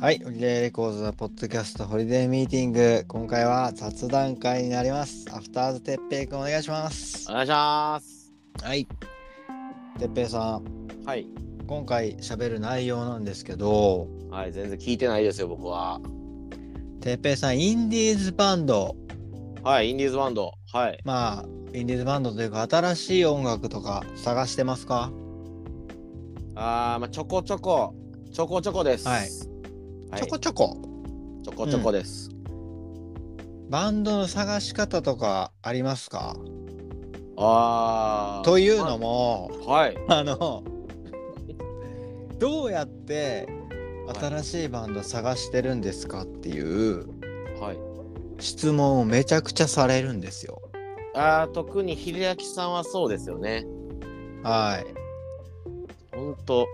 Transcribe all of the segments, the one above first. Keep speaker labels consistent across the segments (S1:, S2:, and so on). S1: はい、ホリデーレコーズのポッドキャストホリデーミーティング、今回は雑談会になります。アフターズてっぺいくんお願いします。
S2: お願いします。
S1: はい。てっぺいさん、
S2: はい。
S1: 今回喋る内容なんですけど、
S2: はい、全然聞いてないですよ、僕は。
S1: てっぺいさん、インディーズバンド、
S2: はい、インディーズバンド。はい。
S1: まあ、インディーズバンドというか、新しい音楽とか探してますか
S2: あー、まあ、ちょこちょこ、ちょこちょこです。
S1: はい
S2: はい。
S1: ちょこちょこ。
S2: ちょこちょこです。
S1: バンドの探し方とかありますか
S2: あー。
S1: というのも、
S2: はい。
S1: あのどうやって新しいバンド探してるんですかっていう
S2: はい。
S1: 質問をめちゃくちゃされるんですよ。
S2: あー、特に秀明さんはそうですよね。
S1: はい。
S2: ほんと。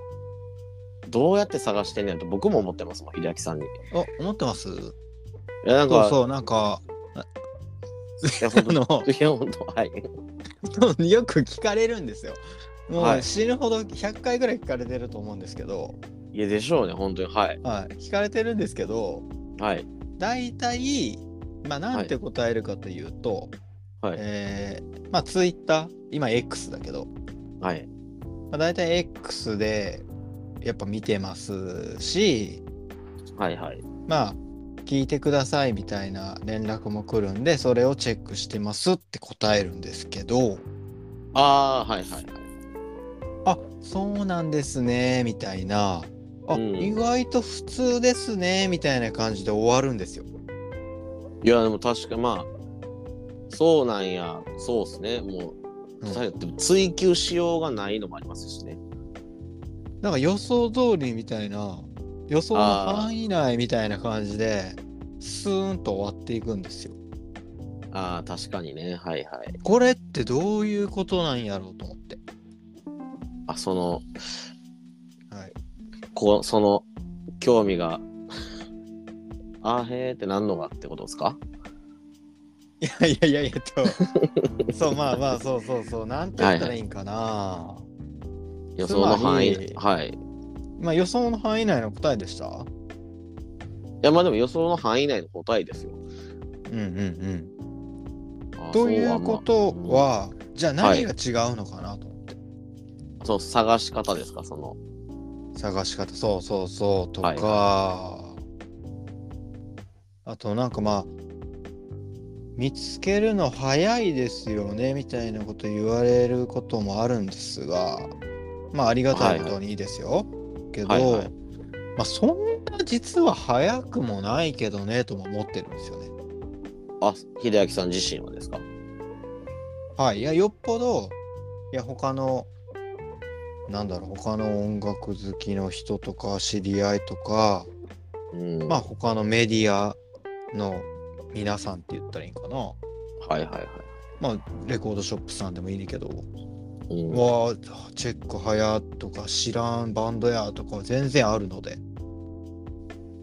S2: どうやって探してんねんと僕も思ってますもん、秀明さんに。い
S1: お思ってます
S2: や、なん
S1: そう
S2: か、
S1: そうなんか
S2: いや、
S1: あ
S2: ほんと。
S1: の
S2: いや、ほんと、はい。
S1: よく聞かれるんですよ。も
S2: は
S1: う
S2: い
S1: 死ぬほど100回ぐらい聞かれてると思うんですけど、
S2: いや、でしょうね、ほんとに。はい。
S1: はい、聞かれてるんですけど
S2: はい。
S1: 大体、まあ、なんて答えるかというと、
S2: はいはい
S1: えーまあ Twitter 今 X だけど
S2: はい。
S1: まあ、大体 X でやっぱ見てますし
S2: はい、はい。
S1: まあ聞いてくださいみたいな連絡も来るんでそれをチェックしてますって答えるんですけど
S2: あー、はい、はい。はい
S1: あそうなんですねみたいなあ、
S2: うん
S1: 意外と普通ですねみたいな感じで終わるんですよ。
S2: いやでも確かまあそうなんやそうですねもう、
S1: うん
S2: さでも追求しようがないのもありますしね
S1: なんか予想通りみたいな予想の範囲内みたいな感じでスーンと終わっていくんですよ。
S2: ああ確かにねはいはい
S1: これってどういうことなんやろうと思って。
S2: あその
S1: はい、
S2: こうその興味があーへーってなんのがってことですか
S1: いやいやいやいやとそうまあまあそうそうそうなんて言ったらいいんかな、
S2: 予想の範囲
S1: つまり
S2: はいい
S1: まあ予想の範囲内の答えでした
S2: やまあでも予想の範囲内の答えですよ
S1: うんうんうん
S2: あー
S1: という
S2: そう
S1: こ
S2: はま
S1: と
S2: あ
S1: は、じゃあ何が違うのかなと、
S2: あそう探し方ですかその
S1: 探し方そうそうそうとか、
S2: はい
S1: あとなんかまあ見つけるの早いですよねみたいなこと言われることもあるんですがまあありがたいことにいいですよ、けど、
S2: はいはい
S1: まあそんな実は早くもないけどねとも思ってるんですよね。
S2: あ秀明さん自身はですか
S1: はい、いやよっぽどいや他のなんだろう他の音楽好きの人とか知り合いとか
S2: うん
S1: まあ他のメディアの皆さんって言ったらいいんかな。
S2: はいはいは
S1: まあレコードショップさんでもいいねんけど、
S2: い、うん、
S1: わあチェックはやとか知らんバンドやとか全然あるので、
S2: い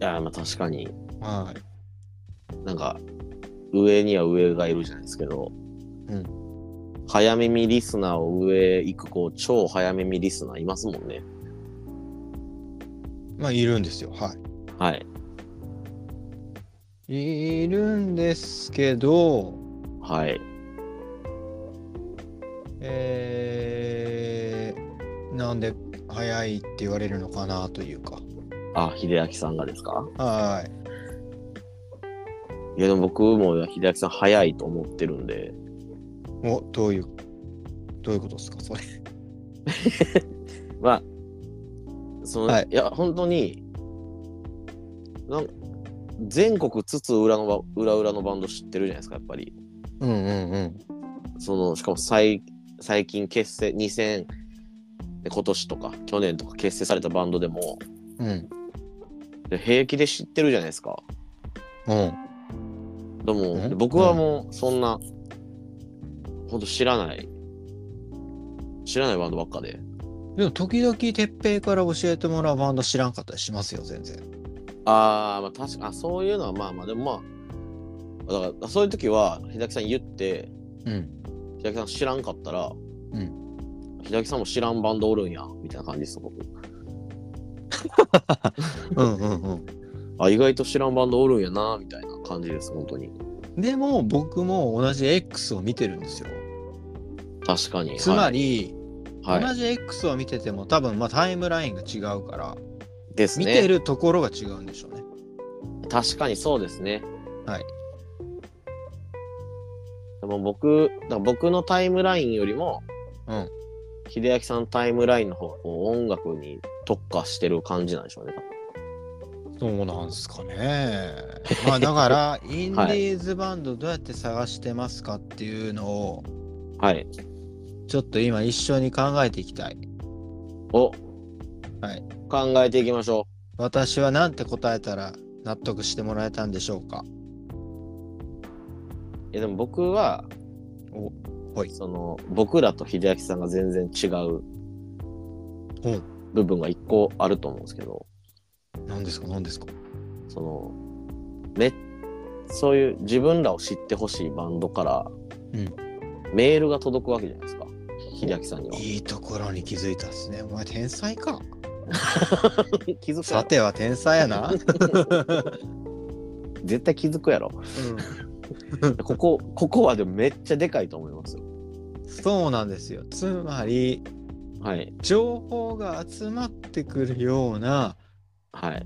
S2: やまあ確かに
S1: はい、
S2: なんか、上には上がいるじゃないですけど、
S1: うん
S2: 早耳リスナーを上行く、こう、超早耳リスナーいますもんね。
S1: まあいるんですよ。は
S2: はい。
S1: い、いるんですけど、
S2: はい。
S1: えー、なんで早いって言われるのかなというか。
S2: あ、秀明さんがですか
S1: はい。
S2: いや、でも僕も秀明さん早いと思ってるんで、
S1: おどういうどういうことですかそれ。
S2: まあ、その、
S1: はい
S2: い、や、本当に、なん全国津々浦々のば裏裏のバンド知ってるじゃないですか、やっぱり。
S1: うんうんうん。
S2: そのしかも最最近結成2000で今年とか去年とか結成されたバンドでも
S1: うん。
S2: で平気で知ってるじゃないですか
S1: うん。
S2: でも
S1: うん
S2: で僕はもうそんな、ほんと知らない知らないバンドばっかで
S1: でも時々鉄平から教えてもらうバンド知らんかったりしますよ全然
S2: あー、まあ確かあそういうのはまあまあでもまあだからそういう時は日崎さん言って
S1: うん
S2: 日崎さん知らんかったら、
S1: う
S2: 日崎さんも知らんバンドおるんやみたいな感じです僕
S1: うんうんうん
S2: あ、意外と知らんバンドおるんやな、みたいな感じです、本当に。
S1: でも僕も同じ X を見てるんですよ。
S2: 確かに。
S1: つまり、
S2: はい、は
S1: 同じ X を見てても多分まあタイムラインが違うから、
S2: い、です
S1: 見
S2: ね。
S1: てるところが違うんでしょうね。
S2: 確かにそうですね。
S1: はい。
S2: でも僕、だから僕のタイムラインよりも、
S1: うん。
S2: 秀明さんタイムラインの方がこう音楽に特化してる感じなんでしょうね。
S1: そうなんですかね。 まあだから、インディーズバンドどうやって探してますかっていうのを、
S2: はい。
S1: ちょっと今一緒に考えていきたい。
S2: お
S1: はい。
S2: 考えていきましょ
S1: 私は何て答えたら納得してもらえたんでしょうか。
S2: う。いやでも僕は、
S1: おはい
S2: その、僕らと秀明さんが全然違う
S1: うん
S2: 部分が一個あると思うんですけど、
S1: 何ですか何ですか
S2: その、め、そういう自分らを知ってほしいバンドから、
S1: うん
S2: メールが届くわけじゃないですか。秀明さんには。
S1: いいところに気づいたっすね。お前天才か。
S2: 気づくや
S1: さ
S2: ろ
S1: ては天才やな。
S2: 絶対気づく やろ。ここ、ここはでもめっちゃでかいと思いますよ。
S1: うん、そうなんですよ。つまり、
S2: はい。
S1: 情報が集まってくるような
S2: はい。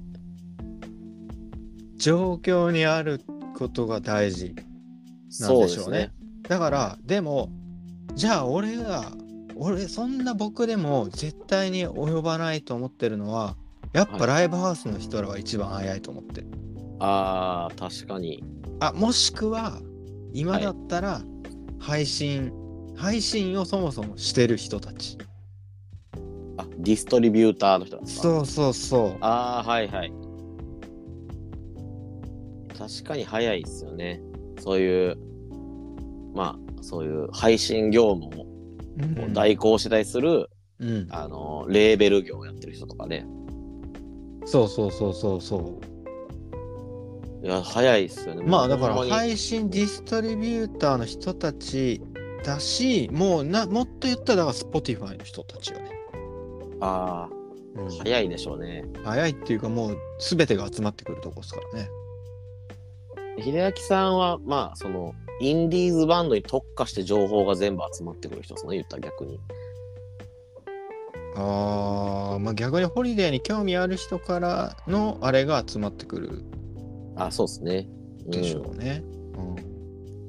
S1: 状況にあることが大事。
S2: そうですね。
S1: だからでもじゃあ俺が俺そんな僕でも絶対に及ばないと思ってるのはやっ
S2: は
S1: ぱ
S2: い
S1: ライブハウスの人らは一番早いと思ってる。
S2: ああ、確かに。
S1: あもしくは今だったら配信、配信をそもそもしてる人たち。
S2: あ、ディストリビューターの人なんですか。
S1: そうそうそう。
S2: ああ、はいはい。確かに早いですよね。そういう、まあ、そういう配信業務を
S1: うん
S2: 代行したりする、
S1: うん、
S2: あの、レーベル業をやってる人とかね。
S1: そうそうそうそうそう。
S2: いや、早いですよね。
S1: まあだから
S2: ほんまに
S1: 配信ディストリビューターの人たちだしもうなもっと言ったらだから Spotify の人たちよね。
S2: あ
S1: うん
S2: あ、早いでしょうね。
S1: 早いっていうかもう全てが集まってくるとこですからね。
S2: 秀明さんはまあそのインディーズバンドに特化して情報が全部集まってくる人ですね言ったら逆に
S1: ああまあ逆にホリデーに興味ある人からのあれが集まってくる
S2: あそうですね、うん
S1: でしょうね。うん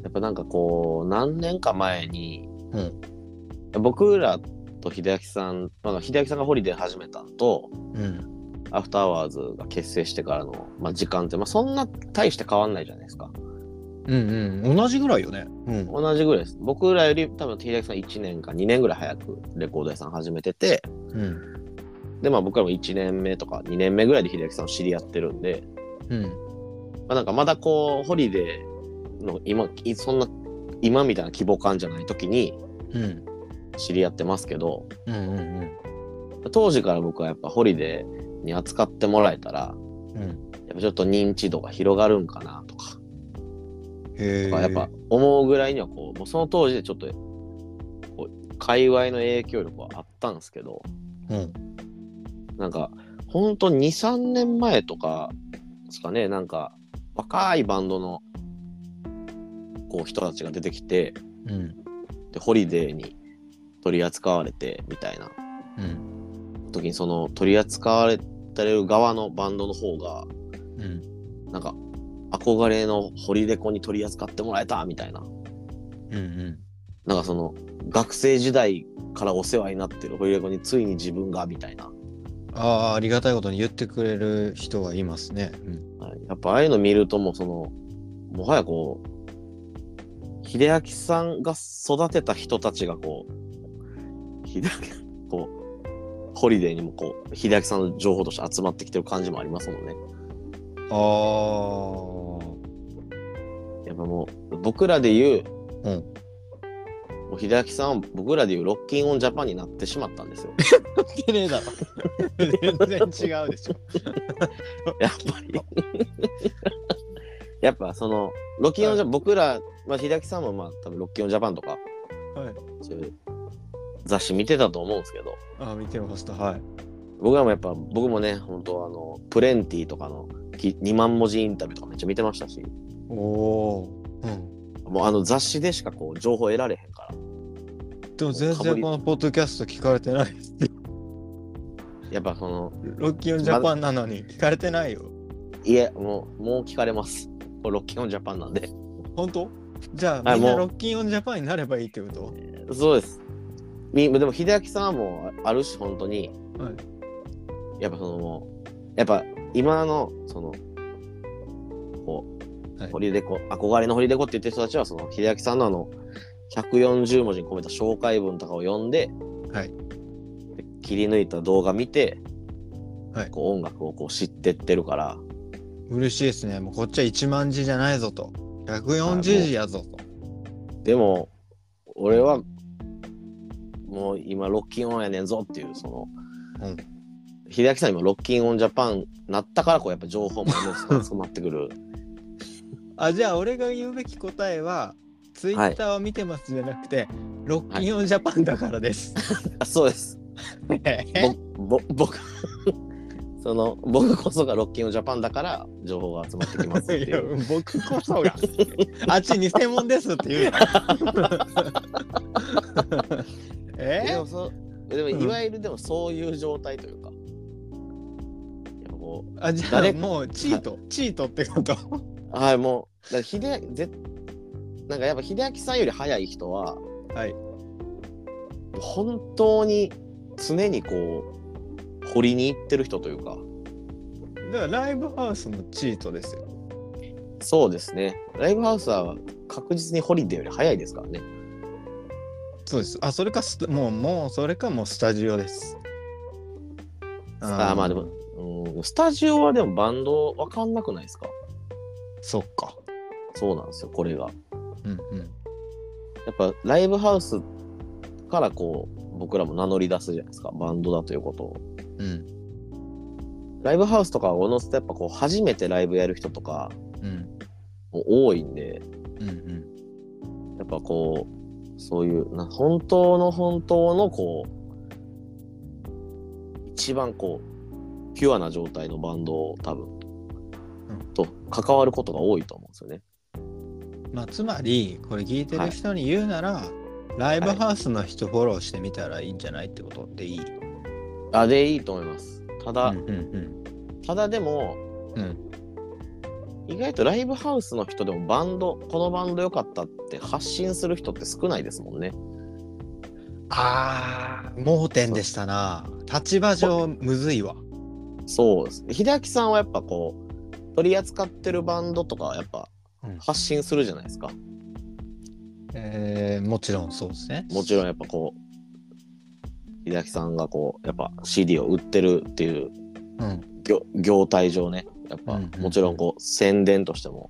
S2: やっぱなんかこう何年か前に、
S1: うん
S2: 僕らと秀明さん、まあ、秀明さんがホリデー始めたのと
S1: うん
S2: アフターアワーズが結成してからの、まあ、時間って、まあ、そんな大して変わんないじゃないですか
S1: うんうん同じぐらいよね。うん
S2: 同じぐらいです僕らより多分秀明さん1年か2年ぐらい早くレコード屋さん始めてて
S1: うん
S2: でまあ僕らも1年目とか2年目ぐらいで秀明さんを知り合ってるんで
S1: うん
S2: まあ、なんかまだこうホリデーの今いそんな今みたいな規模感じゃない時に
S1: うん
S2: 知り合ってますけど
S1: うんうん
S2: 当時から僕はやっぱホリデーに扱ってもらえたら
S1: うんうん
S2: やっぱちょっと認知度が広がるんかなとか、
S1: へえ。
S2: やっぱ思うぐらいにはこうもうその当時でちょっとこう界隈の影響力はあったんですけど
S1: うん
S2: なんかほんと23年前とかですかねなんか若いバンドのこう人たちが出てきて、
S1: うん
S2: でホリデーに取り扱われてみたいな
S1: うん
S2: 時にその取り扱われてる側のバンドの方が
S1: うん
S2: なんか憧れのホリデコに取り扱ってもらえたみたいな
S1: うんうん
S2: なんかその学生時代からお世話になってるホリデコについに自分がみたいな、
S1: ああありがたいことに言ってくれる人がいますね。うん
S2: はいやっぱああいうの見るともうそのもはやこう秀明さんが育てた人たちがこう秀明こうホリデーにもこう秀明さんの情報として集まってきてる感じもありますもんね。
S1: ああ
S2: やっぱもう僕らで言う、
S1: うん
S2: もう秀明さんは僕らで言うロッキンオンジャパンになってしまった んですよ。
S1: てねえだろ。全然違うでしょ。
S2: やっぱり やっぱそのロッキンオンジャパン、僕ら、まあ、秀明さんもまあ多分ロッキンオンジャパンとか
S1: はい。
S2: そういう雑誌見てたと思うんですけど
S1: あ見てました。はい。
S2: 僕らもやっぱ僕もね本当あのプレンティとかのき2万文字インタビューとかめっちゃ見てましたし、
S1: おおー。うん。
S2: もうあの雑誌でしかこう情報得られへんから、
S1: でも全然このポッドキャスト聞かれてないです。
S2: やっぱその、
S1: ロッキーオンジャパンなのに聞かれてないよ。
S2: いえ、もう、もう聞かれます。これロッキーオンジャパンなんで。
S1: 本当じゃあ
S2: はい
S1: みんな
S2: もう
S1: ロッキーオンジャパンになればいいってこと
S2: そうです。みでも、秀明さんはもう、あるし、本当に、
S1: は
S2: やっぱそのもう、やっぱ今の、その、こう、
S1: はい
S2: ホリデコ、憧れのホリデコって言ってる人たちは、その、秀明さんのあの、140文字に込めた紹介文とかを読んで、
S1: はい
S2: で切り抜いた動画見て、
S1: はい
S2: こう音楽をこう知ってってるから、
S1: 嬉しいですね。もうこっちは1万字じゃないぞと。140字やぞと。
S2: でも、俺は、もう今、ロッキンオンやねんぞっていう、その、
S1: うん
S2: 秀明さん今、ロッキンオンジャパンなったから、こう、やっぱ情報ももう集まってく る。
S1: あ、じゃあ俺が言うべき答えは、ツイッターを見てますじゃなくて、ロッキーオンジャパンだからです。
S2: あそうです。
S1: え
S2: ぼ、ぼ、僕、 その、僕こそがロッキンオンジャパンだから、情報が集まってきますって
S1: い
S2: い
S1: や
S2: う。
S1: 僕こそが あっち偽物ですって言うな
S2: で
S1: え
S2: もそ、でも、
S1: うん
S2: いわゆる、でも、そういう状態というか、やっぱこう、
S1: あじゃあ
S2: 誰
S1: もうチートチートってこと
S2: はい、もう、だから秀明ぜなんかやっぱ秀明さんより早い人は、
S1: はい
S2: 本当に常にこう、掘りに行ってる人というか、
S1: だからライブハウスもチートですよ
S2: そうですね、ライブハウスは確実にホリデーより早いですからね。
S1: そうですあそれかスタもうもうそれかもうスタジオです
S2: スタまあでも、うん、スタジオはでもバンドわかんなくないですか
S1: そっか
S2: そうなんですよ、これが。
S1: うんうん
S2: やっぱライブハウスからこう、僕らも名乗り出すじゃないですか、バンドだということを。
S1: うん
S2: ライブハウスとかをおのずとやっぱこう、初めてライブやる人とか、
S1: うん
S2: もう多いんで、
S1: うんうん
S2: やっぱこう、そういう、な本当の本当のこう、一番こう、ピュアな状態のバンドを多分、
S1: うん
S2: と関わることが多いと思うんですよね。
S1: まあつまりこれ聞いてる人に言うなら、ライブハウスの人フォローしてみたらいいんじゃないってことでいい、
S2: あ、でいいと思います。ただ、
S1: うんうん
S2: ただでも、
S1: うんうん
S2: 意外とライブハウスの人でもバンド、このバンド良かったって発信する人って少ないですもんね。
S1: ああ、盲点でしたな。立場上むずいわ。
S2: そうです。秀明さんはやっぱこう、取り扱ってるバンドとかはやっぱ
S1: うん
S2: 発信するじゃないですか。
S1: えー、もちろんそうですね。
S2: もちろんやっぱこう、秀明さんがこう、やっぱ CD を売ってるっていう
S1: うん。
S2: 業業態上ね、やっぱ
S1: うんうんうん
S2: もちろんこう、宣伝としても、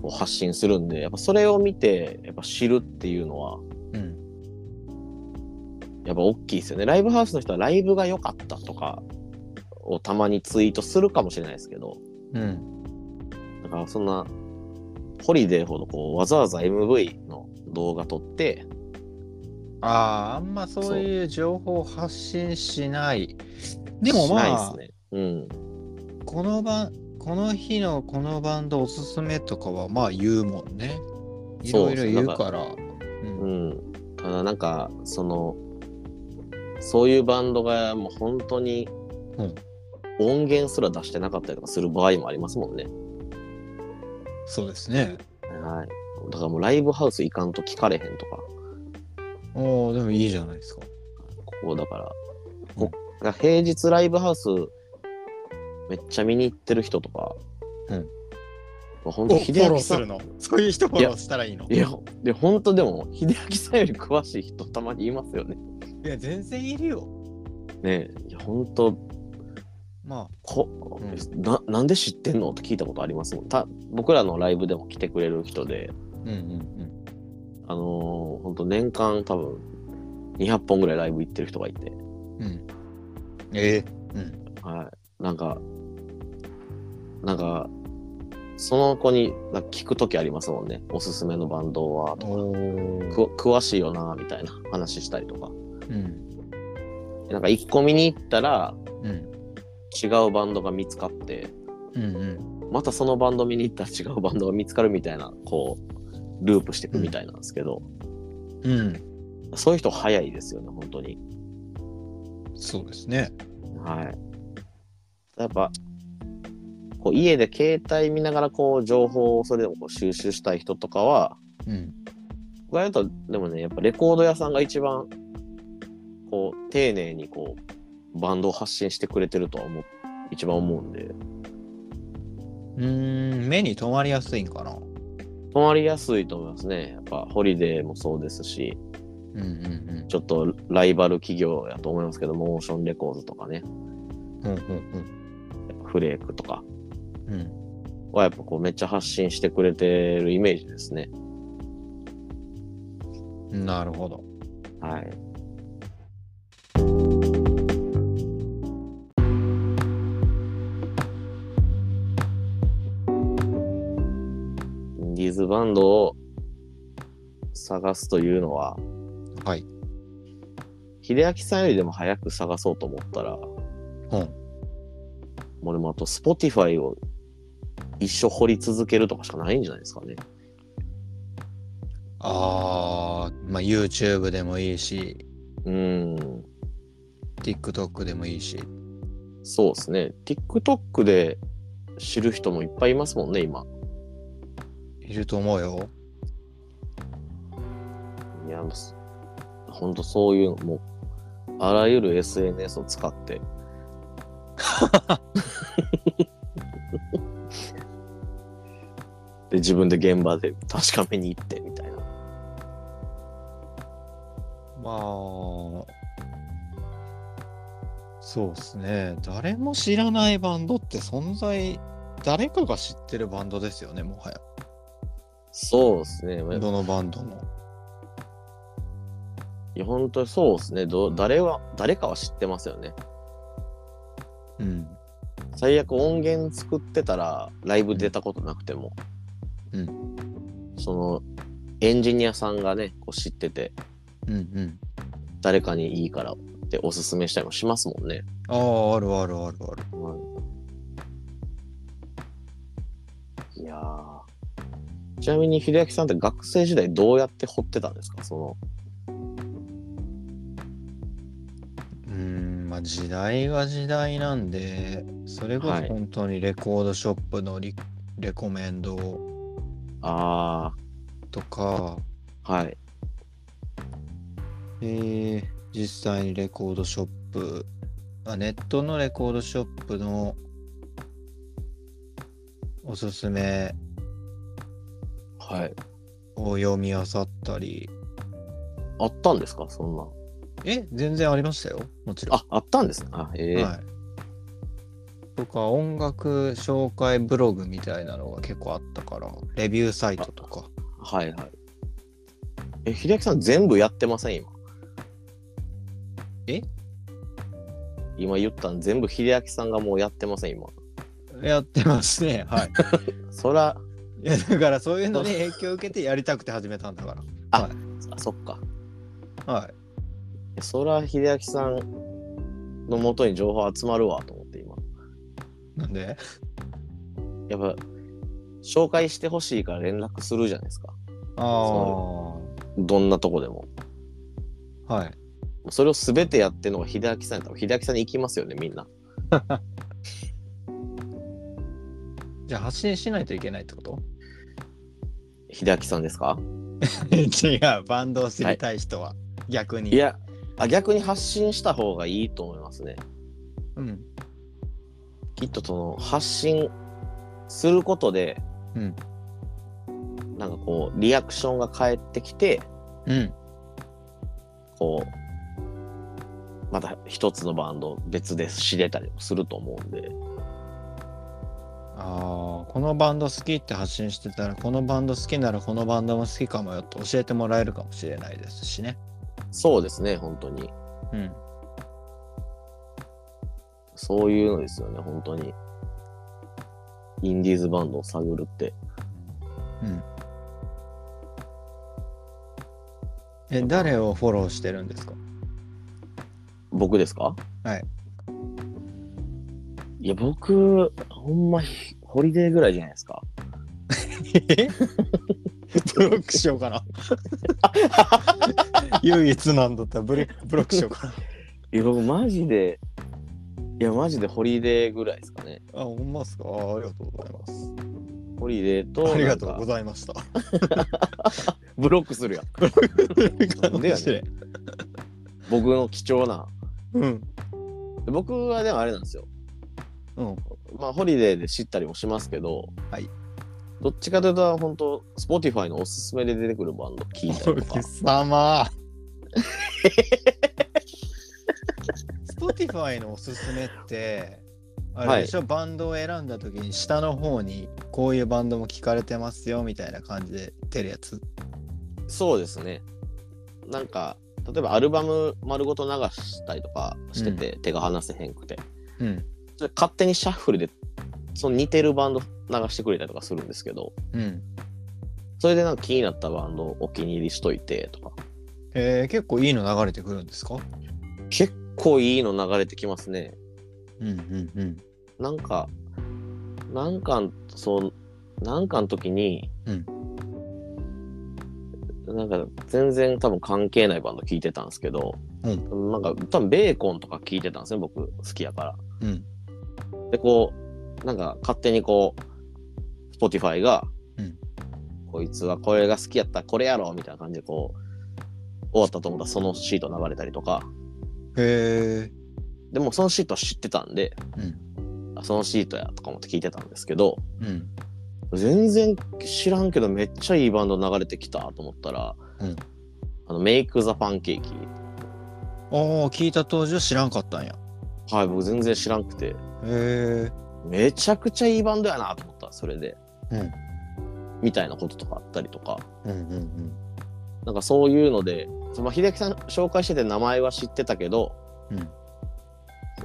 S2: こう発信するんで、やっぱそれを見て、やっぱ知るっていうのは、
S1: うん。
S2: やっぱ大きいですよね。ライブハウスの人はライブが良かったとかをたまにツイートするかもしれないですけど、
S1: うん。
S2: だからそんな、ホリデーほどこう、わざわざ MV の動画撮って、
S1: ああ、あんまそういう情報を発信しない。でも
S2: しない
S1: まあ、
S2: ですね。うん。
S1: この番、この日のこのバンドおすすめとかはまあ言うもんね。い
S2: そう
S1: ろいろ言うから。う
S2: うんん、ただなんかそのそういうバンドがもう本当に
S1: うん
S2: 音源すら出してなかったりとかする場合もありますもんね、
S1: そうですね。
S2: はい、だからもうライブハウス行かんと聞かれへんとか
S1: おおでもいいじゃないですか。
S2: ここだから
S1: うん
S2: こだから平日ライブハウスめっちゃ見に行ってる人とか、
S1: うん
S2: 本当秀明さん
S1: のそういう人フォローしたらいいの
S2: いやで本当でも秀明さんより詳しい人たまにいますよね
S1: いや、全然いるよ。
S2: ねえいや本当
S1: ま
S2: こ、
S1: うん
S2: ななんで知ってんのって聞いたことありますもんた僕らのライブでも来てくれる人で
S1: あ。うんうん
S2: あのー、本当年間多分200本ぐらいライブ行ってる人がいて、
S1: うん。うん。ええうん。
S2: はい、なんかなんかその子になんか聞く時ありますもんねおすすめのバンドはとか
S1: お
S2: く詳しいよなみたいな話したりとか
S1: うん
S2: なんか一個見に行ったら
S1: うん
S2: 違うバンドが見つかって
S1: うんうん
S2: またそのバンド見に行ったら違うバンドが見つかるみたいなこうループしていくみたいなんですけど、
S1: うん
S2: そういう人早いですよね本当に
S1: そうですね
S2: はいやっぱこう家で携帯見ながらこう情報をそれでもこう収集したい人とかは
S1: うん
S2: 僕はやっぱでもねやっぱレコード屋さんが一番こう丁寧にこうバンドを発信してくれてるとは思う一番思うんで
S1: うーん目に留まりやすいんかな
S2: 泊まりやすいと思いますねやっぱホリデーもそうですし
S1: うんうん
S2: ちょっとライバル企業やと思いますけどモーションレコーズとかね
S1: うんうんうん
S2: やっぱフレークとか
S1: うんうん
S2: はやっぱこうめっちゃ発信してくれてるイメージですね
S1: なるほど
S2: はいインディーズバンドを探すというのは
S1: はい
S2: 秀明さんよりでも早く探そうと思ったら
S1: うん
S2: もう俺もあと Spotify を一生掘り続けるとかしかないんじゃないですかね。
S1: あーまあ YouTube でもいいし
S2: うん。
S1: TikTok でもいいし
S2: そうですね。TikTok で知る人もいっぱいいますもんね、今。
S1: いると思うよ
S2: いや、もうすほんとそういうの、もう、あらゆる SNS を使って。で、自分で現場で確かめに行って、みたいな。
S1: まあそうですね誰も知らないバンドって存在誰かが知ってるバンドですよねもはや
S2: そうですね。
S1: どのバンドも
S2: いや、本当にそうですね。ど誰は、誰かは知ってますよね。
S1: うん
S2: 最悪音源作ってたら、ライブ出たことなくても。
S1: うん
S2: その、エンジニアさんがね、こう知ってて、
S1: うんうん
S2: 誰かにいいからっておすすめしたりもしますもんね。
S1: あああるあるあるある
S2: いやーちなみに、秀明さんって学生時代どうやって掘ってたんですかその、
S1: うんまあ時代が時代なんでそれこそ
S2: はい
S1: 本当にレコードショップのリレコメンド
S2: あ
S1: とか
S2: あ、はい。
S1: えー実際にレコードショップあネットのレコードショップのおすすめ
S2: はい。
S1: を読み漁ったり
S2: あったんですかそんな。
S1: え全然ありましたよもちろん、
S2: あ、あったんですね。あ、ええ
S1: はいとか音楽紹介ブログみたいなのが結構あったからレビューサイトとか
S2: はいはい。え、秀明さん全部やってません今。
S1: え
S2: 今言ったん全部秀明さんがもうやってません今。
S1: やってますね はい
S2: そら、
S1: いやだからそういうのに影響を受けてやりたくて始めたんだか
S2: あそっか。
S1: らはい
S2: そら、秀明さんのもとに情報集まるわと思って今。
S1: なんで
S2: やっぱ、紹介してほしいから連絡するじゃないですか。
S1: ああは
S2: どんなとこでも。
S1: い
S2: それを全てやってるのが秀明さんやったら、秀明さんに行きますよね、みんな。
S1: じゃあ発信しないといけないってこと
S2: 秀明さんですか
S1: 違うバンドを知りたい人は、逆に
S2: いや、あ逆に発信した方がいいと思いますね。
S1: うん
S2: きっとその発信することで、
S1: うん
S2: なんかこうリアクションが返ってきて
S1: うん
S2: こうまた一つのバンドを別で知れたりもすると思うんで
S1: ああこのバンド好きって発信してたらこのバンド好きならこのバンドも好きかもよって教えてもらえるかもしれないですしね
S2: そうですね本当に
S1: うん
S2: そういうのですよね本当にインディーズバンドを探るって
S1: うんえ誰をフォローして るんですか
S2: 僕ですか
S1: はい
S2: いや、僕、ほんま、ひホリデーぐらいじゃないですか。
S1: えブロックしようかな。 唯一なんだったらブレブロックしようかな。
S2: いや、僕、マジで、いや、マジでホリデーぐらいですかね。
S1: あ、ほんまっすかあありがとうございます。
S2: ホリデーと、
S1: ありがとうご
S2: ざい
S1: ざいました。
S2: ます。ブロックするやん。なんでやねん僕の貴重な。
S1: うん。
S2: で僕はでもあれなんですよ。
S1: うん。
S2: まあ、ホリデーで知ったりもしますけど、
S1: はい。
S2: どっちかというと、本当 Spotify のおすすめで出てくるバンド聞いた
S1: お
S2: りとか
S1: 客。様。Spotify のおすすめって、あれでしょ、バンドを選んだ時に下の方にこういうバンドも聞かれてますよみたいな感じで出るやつ。
S2: そうですね。なんか、例えばアルバム丸ごと流したりとかしてて、手が離せへんくて。
S1: うん。
S2: それ勝手にシャッフルで、その似てるバンド流してくれたりとかするんですけど、
S1: うん。
S2: それでなんか気になったバンドをお気に入りしといてとか、
S1: えー、結構いいの流れてくるんですか
S2: 結構いいの流れてきますね。
S1: うんうんうん。
S2: なんか、なんかん、そう、なんかの時に、
S1: うん
S2: なんか全然多分関係ないバンド聞いてたんですけど、
S1: う
S2: なんか多分ベーコンとか聞いてたんですね、僕好きやから。
S1: うん。
S2: で、こう、なんか勝手にこう、Spotify が、
S1: うん
S2: こいつはこれが好きやったらこれやろみたいな感じでこう、終わったと思ったらそのシート流れたりとか、
S1: へえ。
S2: でもそのシートは知ってたんで、あそのシートやとか思って聞いてたんですけど、
S1: うん。
S2: 全然知らんけどめっちゃいいバンド流れてきたと思ったら、
S1: うん
S2: あのメイク・ザ・パンケーキ
S1: おお、聞いた当時は知らんかったんや。
S2: はい僕全然知らんくて
S1: へえ。
S2: めちゃくちゃいいバンドやなと思ったそれで、
S1: うん
S2: みたいなこととかあったりとか
S1: うんうんうん。
S2: なんかそういうので、まあ、秀明さん紹介してて名前は知ってたけど、
S1: うん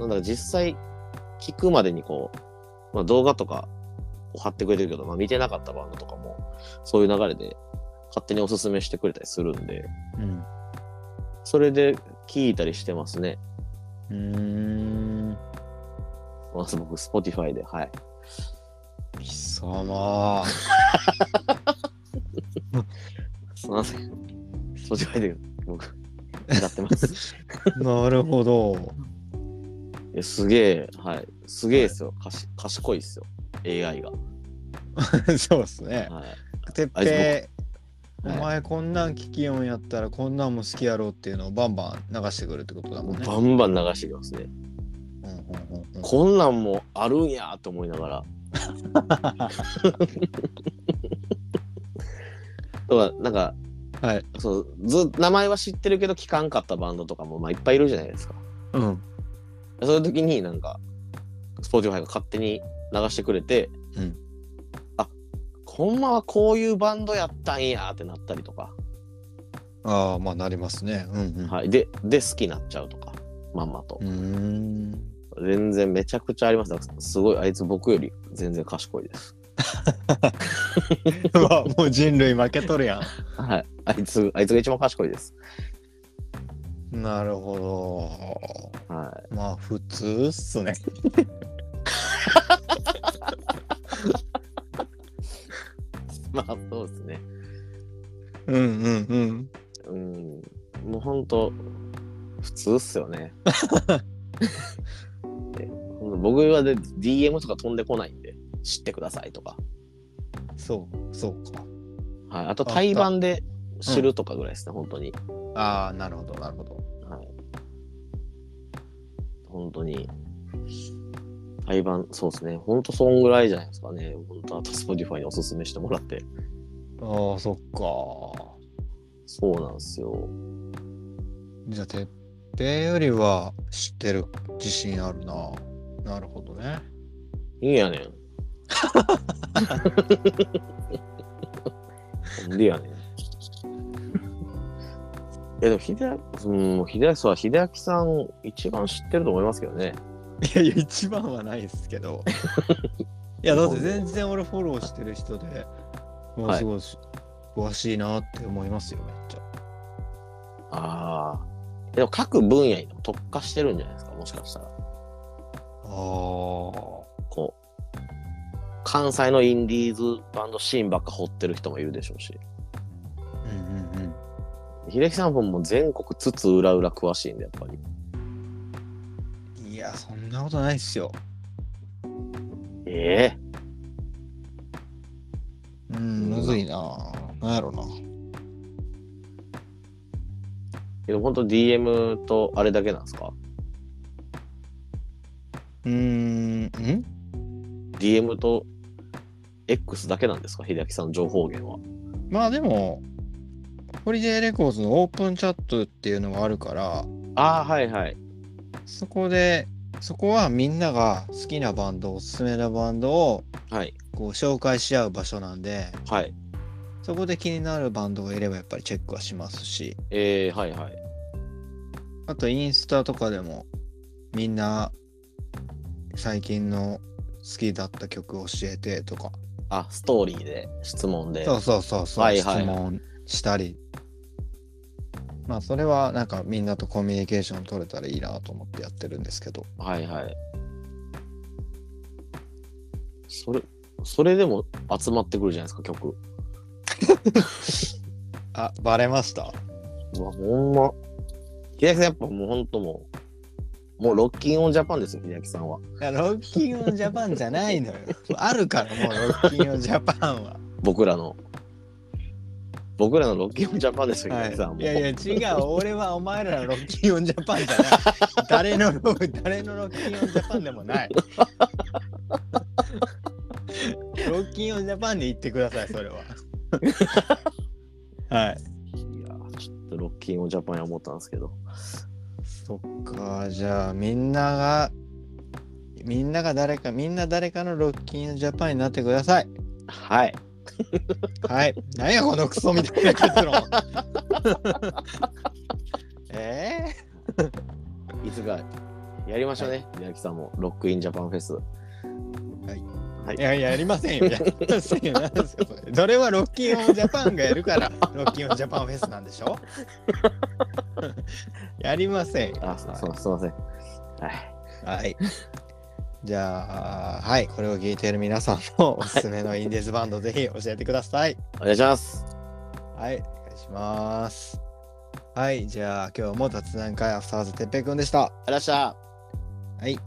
S2: なんだか実際聞くまでにこう、まあ、動画とかを貼ってくれてるけど、まあ、見てなかったバンドとかもそういう流れで勝手におすすめしてくれたりするんで、
S1: うん。
S2: それで聞いたりしてますね。
S1: うーん。
S2: まず僕、Spotify で、はい。
S1: 貴様。
S2: すみません。Spotify で僕、やってます。
S1: なるほど。
S2: いやすげえ、はい。すげえですよ。かし賢いですよ。AI が。
S1: そうですね。
S2: はい。
S1: てっ
S2: あい
S1: ぺい、
S2: 僕はい
S1: お前こんなん聞きよんやったらこんなんも好きやろうっていうのをバンバン流してくるってことだもんね。
S2: バンバン流してきますね。
S1: うんうんうんうん
S2: こんなんもあるんやと思いな がら。とか、なんか、
S1: はい。
S2: そうず名前は知ってるけど聞かんかったバンドとかも、まあ、いっぱいいるじゃないですか。
S1: うん。
S2: そういう時になんか、スポーティファイが勝手に流してくれて、
S1: うん
S2: あ、ほんまはこういうバンドやったんやってなったりとか、
S1: ああ、まあなりますね。うんうん。
S2: はい、で、で好きになっちゃうとか、まんまと
S1: う。ーん。
S2: 全然めちゃくちゃあります。だからすごい、あいつ僕より全然賢いです。
S1: うわもう人類負けとるや
S2: はい。あいつ、あいつが一番賢いです。
S1: ん。なるほ
S2: は
S1: ど。まあ普通っすね。
S2: い。まあ、そうですね。
S1: うんうんうん。
S2: うん。もうほんと、普通っすよね。でほんと僕はで DM とか飛んでこないんで、知ってくださいとか。
S1: そう、そうか。
S2: はい、あと対バンで知るとかぐらいですね、本当に。
S1: ああ、なるほど、なるほど。
S2: はい、本当に。対バン、そうですね。本当そんぐらいじゃないですかね。本当あと Spotify におすすめしてもらって。
S1: ああ、そっか。
S2: そうなんですよ。
S1: じゃあ、てっぺいよりは知ってる自信あるな。なるほどね。
S2: いいや ねん。なんでやねん。いやでも、秀明、うん、秀明さんは、秀明さん一番知ってると思いますけどね。
S1: いやいや、一番はないですけど。いや、だって全然俺フォローしてる人で、もうすごいし詳しいなって思いますよ、めっちゃ。
S2: ああ。でも各分野に特化してるんじゃないですか、もしかしたら。
S1: ああ
S2: こう、関西のインディーズバンドシーンばっか掘ってる人もいるでしょうし、
S1: あ。うんうんうん。
S2: 秀樹さんももう全国津々浦々詳しいんで、やっぱり。
S1: いや、そんなことないっすよ。
S2: ええ
S1: うん、むずいな。なんやろな。
S2: でも本当 DM とあれだけなんですか
S1: うーん、ん
S2: ?DM と X だけなんですか秀樹さんの情報源は。
S1: まあでも、ホリデーレコーズのオープンチャットっていうのがあるから、
S2: ああ、はいはい。
S1: そこで、そこはみんなが好きなバンド、おすすめなバンドを
S2: はい。
S1: こう紹介し合う場所なんで、
S2: はい。
S1: そこで気になるバンドがいればやっぱりチェックはしますし、
S2: ええはいはい。
S1: あとインスタとかでもみんな最近の好きだった曲教えてとか、
S2: あ、ストーリーで、質問で。
S1: そうそうそうそう、
S2: はいはい
S1: 質問したり、まあそれはなんかみんなとコミュニケーション取れたらいいなと思ってやってるんですけど、
S2: はいはい。それ、それでも集まってくるじゃないですか、曲。
S1: あ、バレました
S2: うわ、ほんま。秀明さん、やっぱもうほんともう、もうロッキンオンジャパンですよ、秀明さんは。
S1: いやロッキンオンジャパンじゃないのよ。あるからもうロッキンオンジャパンは。
S2: 僕らの。僕らのロッキンオンジャパンですよ、秀明さんは
S1: は
S2: もう
S1: い、いやいや違う、俺はお前らのロッキンオンジャパンじゃない。誰のロ誰のロッキンオンジャパンでもない。ロッキンオンジャパンで言ってください、それは。 はい。
S2: いやちょっとロッキンオンジャパンや思ったんですけど。
S1: そっか、じゃあみんなが、みんなが誰か、みんな誰かのロッキンオンジャパンになってください。
S2: はい。
S1: はい。なんやこのクソみたいな結論。え
S2: いつかやりましょうね、秀明さんも。ロックインジャパンフェス。
S1: えいやいや、やりませんよ。やりませんよ。なんですかそれそれはロッキンオンジャパンがやるから、ロッキンオンジャパンフェスなんでしょ やりませんよ。
S2: あ、すすいません。はい。
S1: はい。じゃあ、はい、これを聞いている皆さんもおすすめのインディーズバンド、ぜひ教えてください。
S2: お願いします。
S1: はい、お願いします。はい、じゃあ今日も雑談会アフターズてっぺいくんでした。
S2: ありがとうございました。
S1: はい。